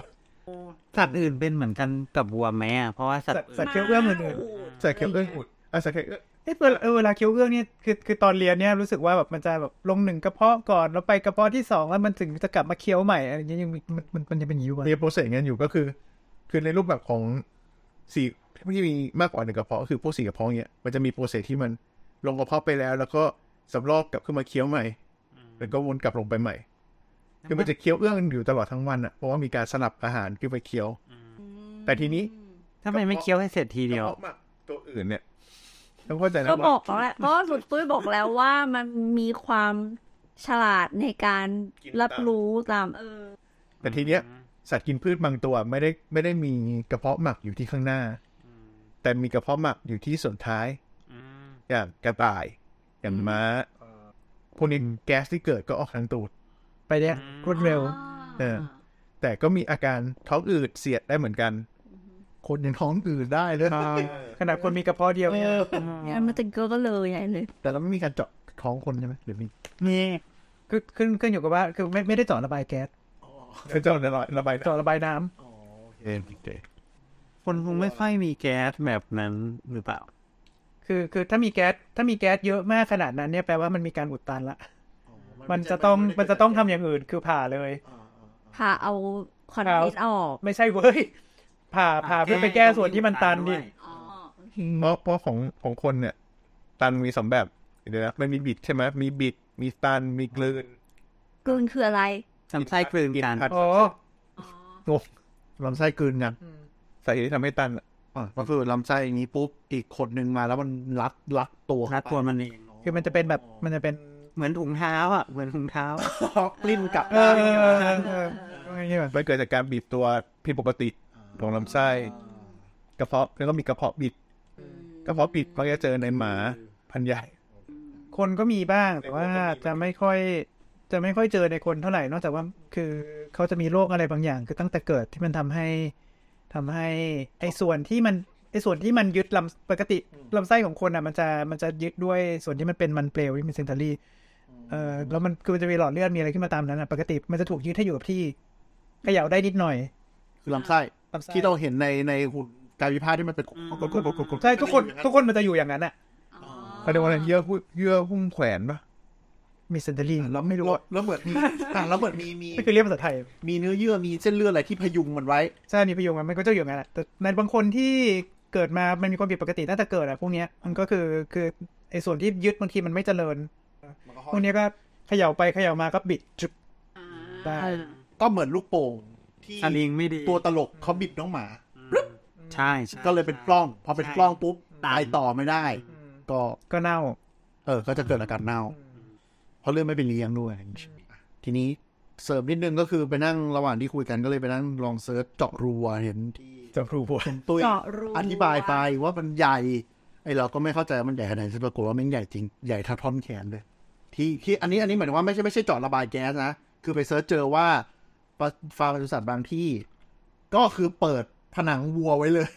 S5: สัตว์อื่นเป็นเหมือนกันกับวัวไหมอ่ะ เพราะว่าสัตว์
S6: สัตว์เคี้ยวเอื้องอื่นๆ
S3: ใส่เคี้ยวเอื้องอุดอ่ะใส่เคี้ยวเอื้อง
S6: เอ้ยเวลาเออเวลาเคี้ยวเอื้องเนี่ยคือคือตอนเรียนเนี่ยรู้สึกว่าแบบมันจะแบบลงหนึ่งกระเพาะก่อนแล้วไปกระเพาะที่สองแล้วมันถึงจะกลับมาเคี้ยวใหม่อะไรอย่างเงี้ยยังมีมันมันมันจะเป็นอยูวะ
S3: มีโปรเซสอย่างนั้นอยู่ก็คือ คือในรูปแบบของสี่ที่มีมากกว่าหนึ่งกระเพาะคือพวกสี่กระเพาะเนี้ยมันจะมีโปรเซสที่มันลงกระเพาะไปแล้ว แล้วก็สำรอกกลับขึ้นมาเคี้ยวใหม่แล้วก็วนกลับลงไปใหม่ คือมันจะเคี้ยวเอื้องอยู่ตลอดทั้งวันอ่ะเพราะว่ามีการสลับอาหารขึ้นไปเคี้ยว แต่ทีนี้
S5: ทำไมไม่เคี้ยวให้เสร็จทีเดียว
S3: กระพาะหมักตัวอื่นเนี่ยต้องเข้าใจนะ
S2: ก็บ
S3: ว่า
S2: อกแล้วแหละเพราะว่าสุดตุ้ยบอกแล้วว่ามันมีความฉลาดในการรับรู้ตาม เออ
S3: แต่ทีเนี้ย สัตว์กินพืชบางตัวไม่ได้ไม่ได้มีกระเพาะหมักอยู่ที่ข้างหน้า แต่มีกระเพาะหมักอยู่ที่ส่วนท้าย อย่างกระต่าย อย่างม้าพวกนี้แก๊สที่เกิดก็ออกทางตูด
S6: ไปเนี่ยรวดเร็ว
S3: เออ แต่ก็มีอาการท้องอืดเสียดได้เหมือนกัน คนยังท้องอืดได้เลย
S6: ขนาดคนมีกระเพาะเดียวเนี่ย
S2: เนี่ยมันจะเกิดก็เลยใหญ่เลย
S3: แต่เราไม่มีการเจาะท้องคนใช่ไหมหรือมี
S5: นี่
S6: คือขึ้นขึ้นอยู่กับว่าคือไม่ไม่ได้เจาะระบายแก๊ส
S3: เจาะระบายระบาย
S6: เจาะระบายน้ำ
S3: เองโอเค
S5: คนคงไม่ค่อยมีแก๊สแบบนั้นหรือเปล่า
S6: คือคือถ้ามีแก๊สถ้ามีแก๊สเยอะมากขนาดนั้นเนี่ยแปลว่ามันมีการอุดตันละ มันจะต้องมันจะต้องทำอย่างอื่นคือผ่าเลย
S2: ผ่าเอาคอนดิสออก
S6: ไม่ใช่เว้ยผ่าผ่าเพื่อไปแก้ส่วนที่มันตันดิ
S3: เพราะเพราะของของคนเนี่ย ตันมีสองแบบเดี๋ยวนะมันมีบิดใช่ไหมมีบิด มีตันมีกลืน
S2: กลืนคืออะไร
S5: ทำไส้กลืนกัน
S3: ผัด
S6: อ๋อ
S3: งงลำไส้กลืนกัน
S6: อืม
S3: สาเหตุที่ทำให้ตันอะ
S4: อ่ะก็คือลำไส้อย่างนี้ปุ๊บอีกคนหนึ่งมาแล้วมันรัดรัดตัว
S5: รัดตัวมันเอง
S6: คือมันจะเป็นแบบมันจะเป็น
S5: เหมือนถุงเท้าอ่ะเหมือนถุงเท้า
S4: ปลิ้นกลับ
S6: เออเออเออเอออะไรอย่างเงี้ยแบบ
S3: มันเกิดจากการบีบตัวผิดปกติของลำไส้กระเพาะแล้วก็มีกระเพาะบิดกระเพาะบิดมักจะเจอในหมาพันธุ์ใหญ่
S6: คนก็มีบ้าง แต่ว่าจะไม่ค่อย จะไม่ค่อยเจอในคนเท่าไหร่นอกจากว่าคือเขาจะมีโรคอะไรบางอย่าง คือตั้งแต่เกิดที่มันทำให้ทำให้ไอ้ส่วนที่มันไอ้ส่วนที่มันยึดลำปกติลำไส้ของคนอ่ะ มันจะมันจะยึดด้วยส่วนที่มันเป็นมันเปลวที่มันเซนทารีเออแล้วมันคือมันจะมีหลอดเลือดมีอะไรขึ้นมาตามนั้นอ่ะปกติมันจะถูกยึดให้อยู่กับที่เขย่าได้นิดหน่อย
S4: คือลำไส้
S6: ลำไส้
S4: ที่เราเห็นในในหุ่นกายวิภาคที่มันเป็นกดกดกดกดกด
S6: ใช่ทุกคนทุกคนมันจะอยู่อย่างนั้นอ่ะ
S3: เขาเรียกว่าอะไรเยื่อหุ้มเยื่อหุ้มแขวนปะ
S6: มีเซนทารี
S4: แล้วไม่รู้แล้วเหมือนมีอ่ะแล้วเหมือนมีมี
S6: นี่คือเรียกภาษาไทย
S4: มีเนื้อเยื่อมีเส้นเลือดอะไรที่พยุงมันไว้
S6: ใช่มีประโยชน์มันมันก็จะอยู่อย่างนั้นแหละแต่ในบางคนที่เกิดมามันมีความผิดปกติตั้งแต่เกิดอะพวกเนี้ยมันก็คือคือไอ้ส่วนที่ยึดบางทีมันไม่เจริญพวกเนี้ยก็เขย่าไปเขย่ามาก็บิดจุบได้
S4: ก็เหมือนลูกโป่งที่
S5: สลิงไม่ดี
S4: ตัวตลกเขาบิดน้องหมา
S5: ใช่
S4: ก็เลยเป็นกล้อง พอเป็นกล้องปุ๊บตายต่อไม่ได้ ก็
S6: ก็เน่า
S4: เออ ก็จะเกิดอาการเน่า เพราะเลือดไม่ไปเลี้ยงด้วยอย่างงี้ทีนี้เสริมนิดนึงก็คือไปนั่งระหว่างที่คุยกันก็เลยไปนั่งลองเซิร์ชเจาะรูอะเห็นที่
S3: จะรู้ว่า
S4: คุณตุ้ย
S2: เจาะรู
S4: อธิบายไปว่ามันใหญ่ ไอเราก็ไม่เข้าใจว่ามันใหญ่ขนาดไหนปรากฏว่ามันใหญ่จริง ใหญ่เท่าท่อนแขนเลย ที่ที่อันนี้อันนี้หมายถึงว่าไม่ใช่ไม่ใช่เจาะระบายแก๊สนะ คือไปเซิร์ชเจอว่าปะฟาร์มปศุสัตว์บางที่ ก็คือเปิดผนังวัวไว้เลย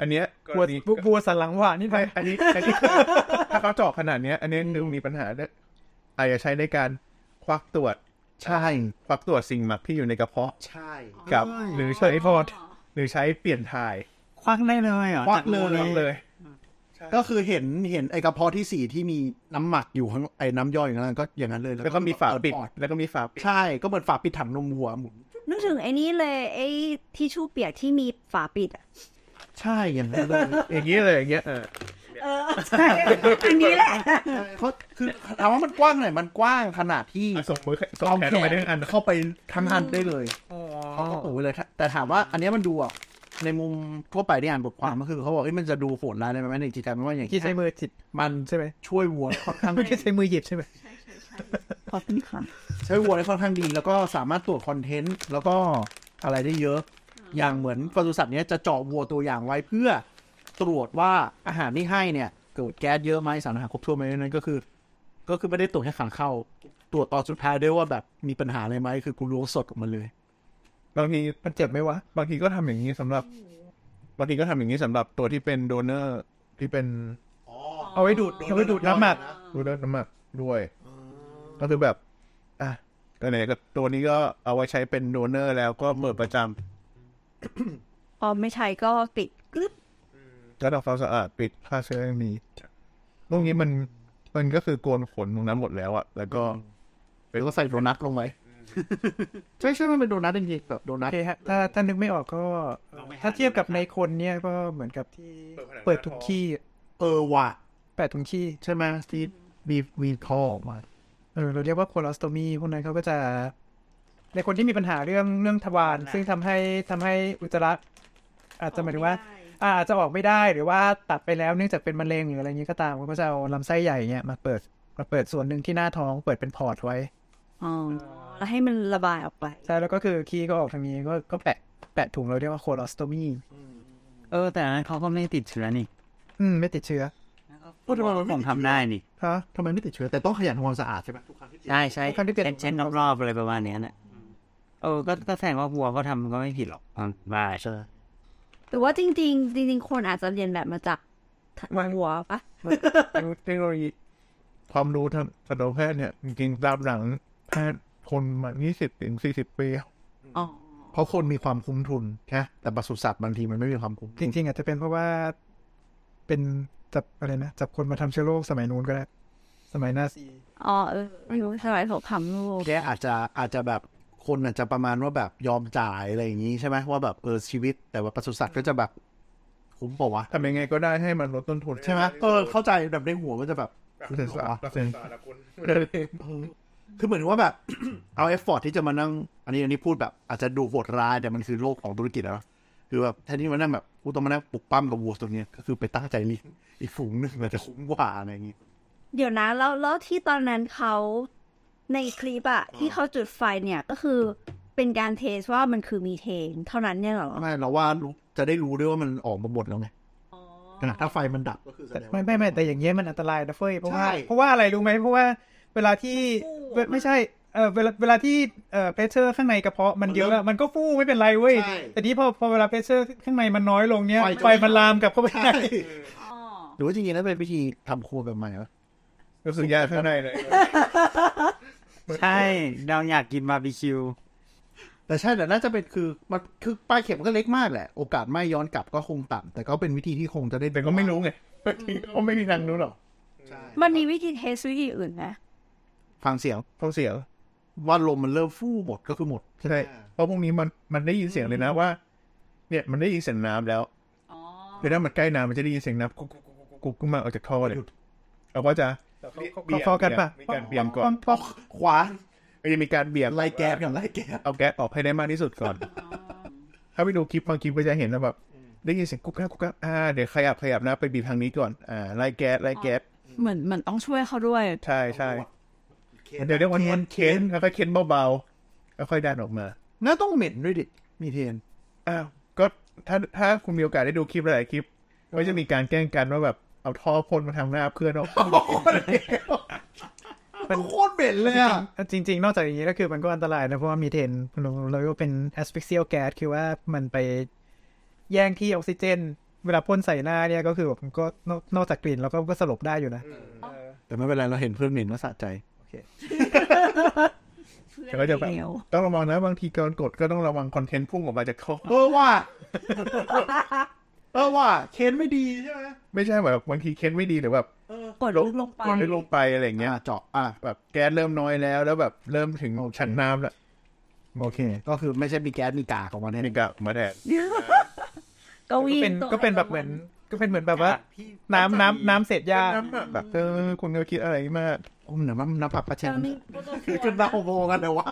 S3: อันเนี้ยก
S6: บั
S3: ร
S6: ว
S3: ณี
S6: บัวบัวสันหลังหวานนี่ไป
S3: ไม่อันนี้อันนี้ ถ้าเขาเจาะขนาดเนี้ย อันนี้ดูมีปัญหาได้อาจจะใช้ในการควักตรวจ
S4: ใช่
S3: ควักตรวจสิ่งหมักที่อยู่ในกระเพาะ
S4: ใช่
S3: กับ หรือใช้พอดหรือใช้เปลี่ยนถ่าย
S5: ควักได้เลยเหรอ
S4: ควักเลย
S3: เลย
S4: ก็คือเห็นเห็นไอกระเพาะที่สี่ที่มีน้ำหมักอยู่ข้างไอน้ำย่อยอย่างนั้นก็อย่างนั้นเลย
S3: แล้วก็มีฝาปิด
S4: เออ
S3: แล้วก็มีฝาปิด
S4: ใช่ ก็เหมือนฝาปิดถังนมวัวหมุน
S2: นึกถึงไอ้นี้เลย ไอ้ทิชชู่เปียกที่มีฝาปิดอะ
S4: ใช่อย่างนั้นเลย
S3: อย่างนี้เลยอย่างเงี้ยเออ
S2: เอออันนี้แหละ
S4: เขาคือถามว่ามันกว้างไหนอยมันกว้างขนาดที่
S3: อ่ะส่งมือส่งแขนออกไปได้ทั้งอัน
S4: เข้าไปทั้งอันได้เลย
S6: อ๋อ
S4: เขาก็ปลูกไว้เลย แต่ถามว่าอันเนี้ยมันดูอ่ะ ในมุมทั่วไปที่อ่านบทความก็คือเขาบอกเอ้ยมันจะดูโหดร้ายได้ไหมในจิตใจมันว่าอย่าง
S6: ที่ใช้
S4: เงี้ย
S6: มือจิต
S4: มัน
S6: ใช่ไหม
S4: ช่วยวัวค่อนข้าง
S6: ไม่ใช่ใช้มือหยิบใช่ไหม
S2: พอเป็นคำ
S4: ใช้วัวได้ค่อนข้างดี แล้วก็สามารถตรวจคอนเทนต์ แล้วก็อะไรได้เยอะ อย่างเหมือนปศุสัตว์เนี้ยจะเจาะวัวตัวอย่างไว้เพื่อตรวจว่าอาหารที่ให้เนี่ย เกิดแก๊สเยอะไหมสารอาหารครบถ้วนไหมนั่นก็คือ ก็คือไม่ได้ตรวจแค่ขังเข้า ตรวจตอนสุดท้ายด้วยว่าแบบมีปัญหาอะไรไหมคือกูล้วงสดออกมาเลย
S3: บางทีมันเจ็บไหมวะ บางทีก็ทำอย่างนี้สำหรับ บางทีก็ทำอย่างนี้สำหรับตัวที่เป็นโดเนอร์ที่เป็น
S6: เอาไว้ดูดเอาไว้ดูดน้ำหมัก
S3: โดเนอร์น้ำหมักด้วย ก็คือแบบ อ่ะตัวไหนก็ตัวนี้ก็เอาไว้ใช้เป็นโดเนอร์แล้วก็เปิดประจำ
S2: พอไม่ใช้ก็ติดกรึบ
S3: ก็ต้องความสะอาดปิดฆ่าเชื้อยังมีพวกนี้มันมันก็คือโกนขนตรงนั้นหมดแล้วอะแล้วก็
S4: แล้วก็ใส่โดนัทล งไว้ใช่ใช่มันเป็นโดนัทจริงๆแบบโดนั
S6: โอ
S4: ท
S6: เคฮะถ้าถ้านึกไม่ออกก็ ถ้าเทียบกับในคนเนี่ยก็เหมือนกับที่เปิดทุกขี้
S4: เออว่ะ
S6: แปดทุกขี้
S4: ใช่ไหมที่มีมีท่อออกมา
S6: เออเราเรียกว่าโคลอสโตมีพวกนั้นเขาก็จะ ในคนที่มีปัญหาเรื่องเรื่องทวารซึ่งทำให้ทำให้อุจจาระอาจจะหมายถึงว่าอ่าอาจจะออกไม่ได้หรือว่าตัดไปแล้วเนื่องจากเป็นมะเร็งหรืออะไรเงนี้ก็ตามเขาก็จะเอาลำไส้ใหญ่เนี่ยมาเปิดมาเปิดส่วนหนึ่งที่หน้าท้องเปิดเป็นพอร์ตไว้
S2: อ๋อแล้วให้มันระบายออกไป
S6: ใช่แล้วก็คือขี้ก็ออกทางนี้ก็ก็แปะแปะถุงเราเรียกว่าโคลอสโตมี
S5: เออ แต่อันนั้นเขาก็ไม่ติดเชื้อนี่
S6: อืมไม่ติดเชื้อ
S4: เออทำไมมันไม่ติดเชื้อ
S5: ผมทำได้นี่
S6: ฮะ
S4: ทำไมไม่ติดเชื้อแต่ต้องขยันทำความสะอาดใช่ไหมทุกครั้งที่ติด
S5: ใช่ใช่
S6: ครั้งที่เปลี่ยน
S5: เช็ดเช็ดรอบๆอะไรประมาณเนี้ยน่ะเออก็ก็แสดงว่าวัวก็ทำก็ไม่ผิดหรอกมาใช่
S2: แต่ว่าจริง ๆ จริง ๆ คนอาจจะเรียนแบบมาจากหัวปะ
S6: เทคโนโลยี
S3: ความรู้ทางสัตวแพทย์เนี่ยจริงๆตามหลังแพทย์คนมา20ถึง40ปี
S2: อ๋อ
S4: เพราะคนมีความคุ้มทุนนะแต่ปศุสัตว์บางทีมันไม่มีความคุ้ม
S6: จริง ๆ อาจจะเป็นเพราะว่าเป็นจับอะไรนะจับคนมาทำเชื้อโรคสมัยนู้นก็ได้สมัยหน้าซี
S2: อ๋อเออไม่รู้สบายผมขำลูก
S4: แกอาจจะอาจจะแบบคนอาจจะประมาณว่าแบบยอมจ่ายอะไรอย่างนี้ใช่ไหมว่าแบบเออชีวิต แต่ว่าปศุสัตว์ก็จะแบบคุ้มเปล่าวะ
S3: ทำยังไงก็ได้ให้มันลดต้นทุน
S4: ใช่ไหมเออเข้าใจแบบในหัวมันจะแบบ
S3: เสร็จสะอาดเสร็จสะอาดนะคุณ
S4: เออคือเหมือนว่าแบบ เอาเอฟฟอร์ที่จะมานั่ง อันนี้อันนี้พูดแบบอาจจะดูโหดร้ายแต่มันคือโลกของธุรกิจอะเนาะคือแบบแทนที่มานั่งแบบกูต้องมานั่งปลุกปั้มกับวัวตัวเนี้ยก็คือไปตั้งใจเลี้ยงอีกฝูงหนึงมันจะคุ้มกว่าอะไรอย่างนี้
S2: เดี๋ยวนะ แล้วแล้วที่ตอนนั้นเขาในคลิปอะที่เขาจุดไฟเนี่ยก็คือเป็นการเทสว่ามันคือมีเทน เท่านั้นเนี่ยเหรอ
S4: ไม่เราว่ารู้จะได้รู้ด้วยว่ามันออกมาหมดแล้วไงขณะถ้าไฟมันดับก็คือแสดงว่า
S6: ไม่ไม่ไม่แต่อย่างเงี้ยมันอันตรายนะเฟ้ยเพราะว่า
S4: ใช่
S6: เพราะว่าอะไรรู้ไหมเพราะว่าเวลาที่เวไม่ใช่เออเวลาเวลาที่เอ่อเพรสเชอร์ข้างในกระเพาะมันเยอะอะมันก็ฟู่ไม่เป็นไรเว้ย
S4: ใช่
S6: แต่นี้พอพอเวลาเพรสเชอร์ข้างในมันน้อยลงเนี้ย
S4: ไฟจะ
S6: ไฟมันลามกลับเข้าไป
S4: ใช่
S6: ได้
S4: หรือว่าจริงๆแล้วเป็นวิธีทำครัวแบบใหม่เหรอ
S3: ก็คือยาข้างในเลย
S5: ใช่เราอยากกินบาร์บีคิว
S4: แต่ใช่แต่น่าจะเป็นคือมันคือปลายเข็มมันก็เล็กมากแหละ โอกาสไหม่ย้อนกลับก็คงต่ำแต่ก็เป็นวิธีที่คงจะได้
S3: แต่ก็ไม่รู้ไงเขาไม่มีทางรู้หรอก
S2: มันมีวิธีเทสวิธีอื่นไหม
S4: ฟังเสียง
S3: เขาเสียง
S4: ว่าลมมันเริ่มฟู่หมดก็คือหมด
S3: ใช่เพราะพวกนี้มันมันได้ยินเสียงเลยนะว่า เนี่ยมันได้ยินเสียงน้ำแล้วเดี๋ยวถ้ามันใกล้น้ำมันจะได้ยินเสียงน้ำกุ๊กกุ๊กกุ๊กกุ๊กกุ๊กขึ้นมาออกจากท่อเลยเราก็จะ
S6: เขาฟอกันปะ
S3: มีการเบี่ยงก่อ
S6: ควาน มฟอ
S4: ขวา
S3: มันจะมีการเบี่ยง
S4: ไล่แก๊สอย่างไล่แก๊ส
S3: เอาแก๊สออกให้ได้มากที่สุดก่อน ถ้าไปดูคลิปบางคลิปก็จะเห็นนะแบบได้ยินเสียงกุ๊กกักกุ๊กกักอ่าเดี๋ยวขยับขยับนะไปบีบทางนี้ก่อนอ่าไล่แก๊สไล่แก๊ส
S2: เหมือนเหมือนต้องช่วยเขา ด้วย
S3: ใช่ใช่เดี๋ยวเรียกว่าเค้นเค้นแล้วก็เค้นเบาๆแล้วค่อยดันออกมา
S4: น่าต้องเหม็นด้วยดิมีเทน
S3: อ้าวก็ถ้าถ้าคุณมีโอกาสได้ดูคลิปหลายๆคลิปก็จะมีการแกล้งกันว่าแบบเอาท่อพ่นมาทางหน้าเพื่อนเอา
S4: มันโคตรเหม็นเลยอะ
S6: จริง ๆ นอกจากอย่างนี้แล้วคือมันก็อันตรายนะเพราะว่ามีเทนเราเราเรียกว่าเป็น asphyxial gas คือว่ามันไปแย่งที่ออกซิเจน เวลาพ่นใส่หน้าเนี่ยก็คือแบบมันก็นอกนอกจากกลิ่นแล้วก็ก็สลบได้อยู่นะ
S4: แต่ไม่เป็นไรเราเห็นเพื่อนเหม็นก็สะใจ
S3: แต่ก็จะแบบต้องระวังนะบางทีการกดก็ต้องระวังคอนเทนต์พุ่งออกมาจากท่อ
S4: เออว่า เออว่า เค้นไม่ดีใช่ไหม
S3: ไม่ใช่แบบบางทีเค้นไม่ดีหรือแบบ
S2: กดลงไป
S3: กดลงไปอะไรอย่าง
S4: เนี่
S3: เงี้
S4: ย
S3: ย
S4: เจาะอ่ะ
S3: แบบแก๊สเริ่มน้อยแล้วแล้วแบบเริ่มถึง
S4: โอเค
S3: ชั้นน้ำแล้ว
S4: โอเค ก็คือไม่ใช่มีแก๊สมีกากของมัน
S3: นี่
S4: เนี่ย
S3: ก็มาแดด
S2: ก็วิ่ง
S6: เป็น
S2: ตัว
S6: ก็เป็นแบบเหมือนก็เป็นเหมือนแบบว่า น้ำน้ำน้ำเศษยา
S3: น้ำอะแบบเออคุณก็คิดอะไรมาก
S4: โอ้มเหนือมันน้ำปลาปลาแช่
S2: เจ้า
S4: มัน
S2: นี่
S4: คือเน่าโมกันเลยวะ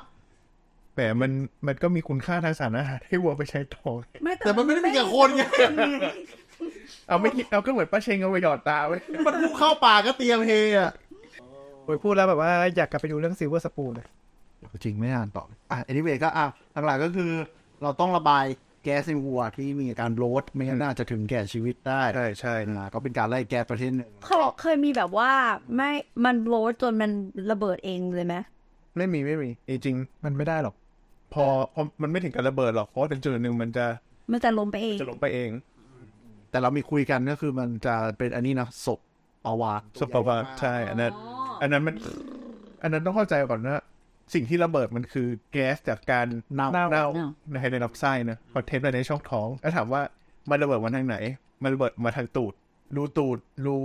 S3: แต่มันมันก็มีคุณค่าทางสารอาหารให้วัวไปใช้ต่อ
S4: แต่มันไม่ได้มีกับคนไง
S3: เอาไม่คิดเอาก็เหมือนป้าเชงเอาไปหยอดตาไว้ย
S4: มันพุ่งเข้าป่าก็เตรียมเฮอะ
S6: โอ้ยพูดแล้วแบบว่าอยากกลับไปดูเรื่องซิลเวอร์สปูนเลย
S4: จริงไม่นานต่ออ่ะ anyway ก็อ่ะหลักๆก็คือ เราต้องระบายแก๊สในวัวที่มีอาการโรดไม่งั้นน่าจะถึงแก่ชีวิตได้
S3: ใช่ใช่
S4: อ่าก็เป็นการไล่แก๊สประเทศหนึ่ง
S2: เขาบอกเคยมีแบบว่าไม่มันโรสจนมันระเบิดเองเลยไหม
S3: ไม่มีไม่มีจริงๆมันไม่ได้หรอก พอพอมันไม่ถึงกับระเบิดหรอกเพราะว่าถึงจุดหนึ่งมันจะ
S2: มันจะล้มไปเอง
S3: จะลงไปเอง
S4: แต่เรามีคุยกันก็คือมันจะเป็นอันนี้นะศพอวาฬ
S3: สปอร์ตใช่อันนั้น อันนั้นมัน อันนั้นต้องเข้าใจก่อนนะสิ่งที่ระเบิดมันคือแก๊สจากการ
S4: เน่า
S3: เน่าในในลำไส้นะคอนเทนต์ไปในช่องท้องแล้วถามว่ามันระเบิดมาทางไหน มันระเบิดมาทางตูด รูตูดรู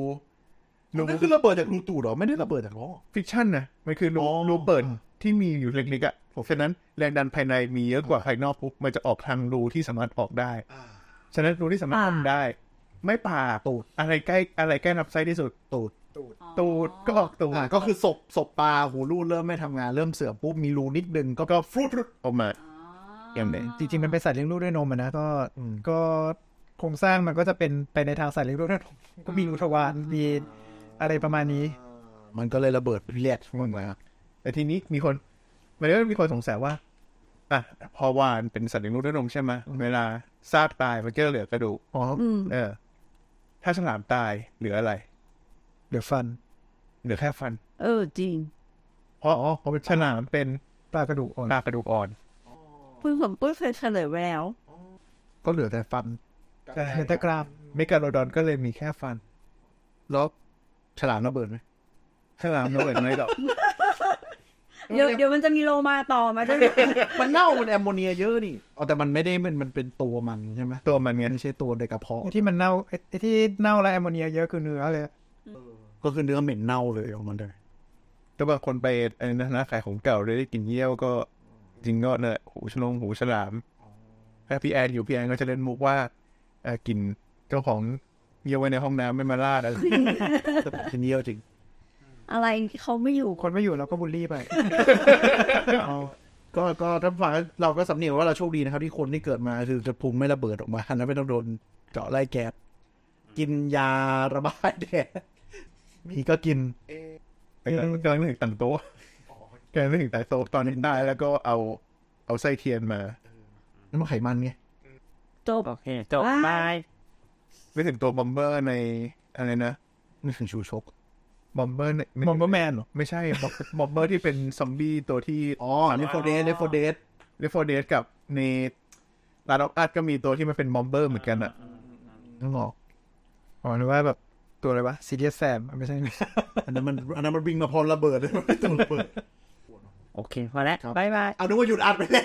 S3: รู
S4: นั่นคือระเบิดจากรูตูดเหรอไม่ได้ระเบิดจากล้อ
S3: ฟิกชั่นนะมันคือรู
S4: อ๋อ
S3: รูเปิดที่มีอยู่เล็กๆอ่ะเพราะฉะนั้นแรงดันภายในมีเยอะกว่าภายนอกปุ๊บมันจะออกทางรูที่สามารถออกได้ฉะนั้นรูที่สามารถออกได้ ไม่ปากตูดอะไรใกล้อะไรใกล้ลำไส้ที่สุด
S4: ตูด
S3: ตูดก็ออกตูด
S4: อ่าก็คือศพศพปลาหูรูดเริ่มไม่ทำงานเริ่มเสื่อมปุ๊บมีรูนิดนึงก็ก็ฟรุดฟรุด
S3: ออกมาอย่างนี้
S6: จริงๆมันเป็นสัตว์เลี้ยงลูกด้วยนมอะนะก็ก็โครงสร้างมันก็จะเป็นไปในทางสัตว์เลี้ยงลูกด้วยนม ก็มีรูทวารมีอะไรประมาณนี้
S4: มันก็เลยระเบิดเลียดลงมา
S3: แต่ทีนี้มีคนมันก็มีคนสงสัยว่า อ่ะ พอวานเป็นสัตว์เลี้ยงลูกด้วยนมใช่ไหมเวลาซากตายมันก็เหลือกระดูก
S4: อ๋อ
S3: เออ ถ้าฉลามตายเหลืออะไร
S6: เดี๋ยวฟัน
S3: เหลือแค่ฟัน
S2: เออจริง
S3: เพราะอ๋อเพราะฉลามเป็น
S6: ปลากระดูกอ่อน
S3: ปลากระดูกอ่อน
S2: คุณสมปุ้ยเคยเฉลยไว้แล้ว
S4: ก็เหลือแต่ฟัน
S3: ใช่
S6: เห็นแตะกราม
S3: เมกาโลดอนก็เลยมีแค่ฟัน
S4: แล้วฉลามระเบิดไหม
S3: ฉลามเราเหมือนไม่หรอก
S2: เดี๋ยวเดี๋ยวมันจะมีโลมาต่อมาด้วยนะ
S4: มันเน่ามันแอมโมเนียเยอะนี่อ๋อแต่มันไม่ได้มันมันเป็นตัวมันใช่ไหม
S3: ตัวมันไง
S4: ไม่ใช่ตัวในกระเพาะ
S6: ไอ้ที่มันเน่าไอ้ไอ้ที่เน่าและแอมโมเนียเยอะคือเนื้อเลย
S4: ก็คือเนื้อเหม็นเน่าเลยของมันเลย
S3: แต่บางคนไปอะไรนะร้านขายของเก่าเลยได้กลินเยี่ยวก็ จริงก็เนี่ยหูฉลงหูฉลามถ้าพี่แอนอยู่พี่แอนก็จะเล่นมุกว่าเอ่อกลินเจ้าของเยี่ยวไว้ในห้องน้ำไม่มาลาดอะไร
S4: แต่เป็นชิ้นเยี่ยวจริง
S2: อะไรเขาไม่อยู่
S6: คนไม่อยู่เราก็บูลลี่ไป
S4: เอาก็ก็ท่านฟังเราก็สำเนียงว่าเราโชคดีนะครับ ที่คนที่เกิดมาคือจะพุงไม่ระเบิดออกมาอันนั้นไม่ต้องโดนเจาะไล่แก๊สกินยาระบายแดดมีก็กิน
S3: กำลังกำลังนึกถึงตังโต๊ะกำลังนึกถึงตังโต๊ะตอนนี้ได้แล้วก็เอาเอาไส้เทียนมา
S4: นั่นมันไขมันไง
S2: จบ
S5: โอเคจบ
S2: ว้าย
S5: บาย
S3: นึกถึงตัวบอมเบอร์ในอะไรนะ
S4: นึกถึงชูชก
S3: บอมเบอร์ใน
S6: มอมเบอร์แมนหรอ
S3: ไม่ใช่บอมเบอร์ที่เป็นซอมบี้ตัวที่
S4: อ๋อเลฟโฟเดสเลฟโฟเดส
S3: เลฟโฟเดสกับในลาดอกอาร์ตก็มีตัวที่มันเป็นบอมเบอร์เหมือนกันอะ
S4: นึกออก
S6: อ๋อหรือว่าแบบตัวอะไรวะซีเรียสแซมไม่ใช่
S4: อันนั้นมันอันนั้นมันวิ่งมาพร้อมระเบิดเลย มันไม่ต้องระเบิด
S5: โอเคพอแล้ว
S4: ครับ
S5: บายบาย
S4: เอานึกว่าหยุดอัดไปแล้ว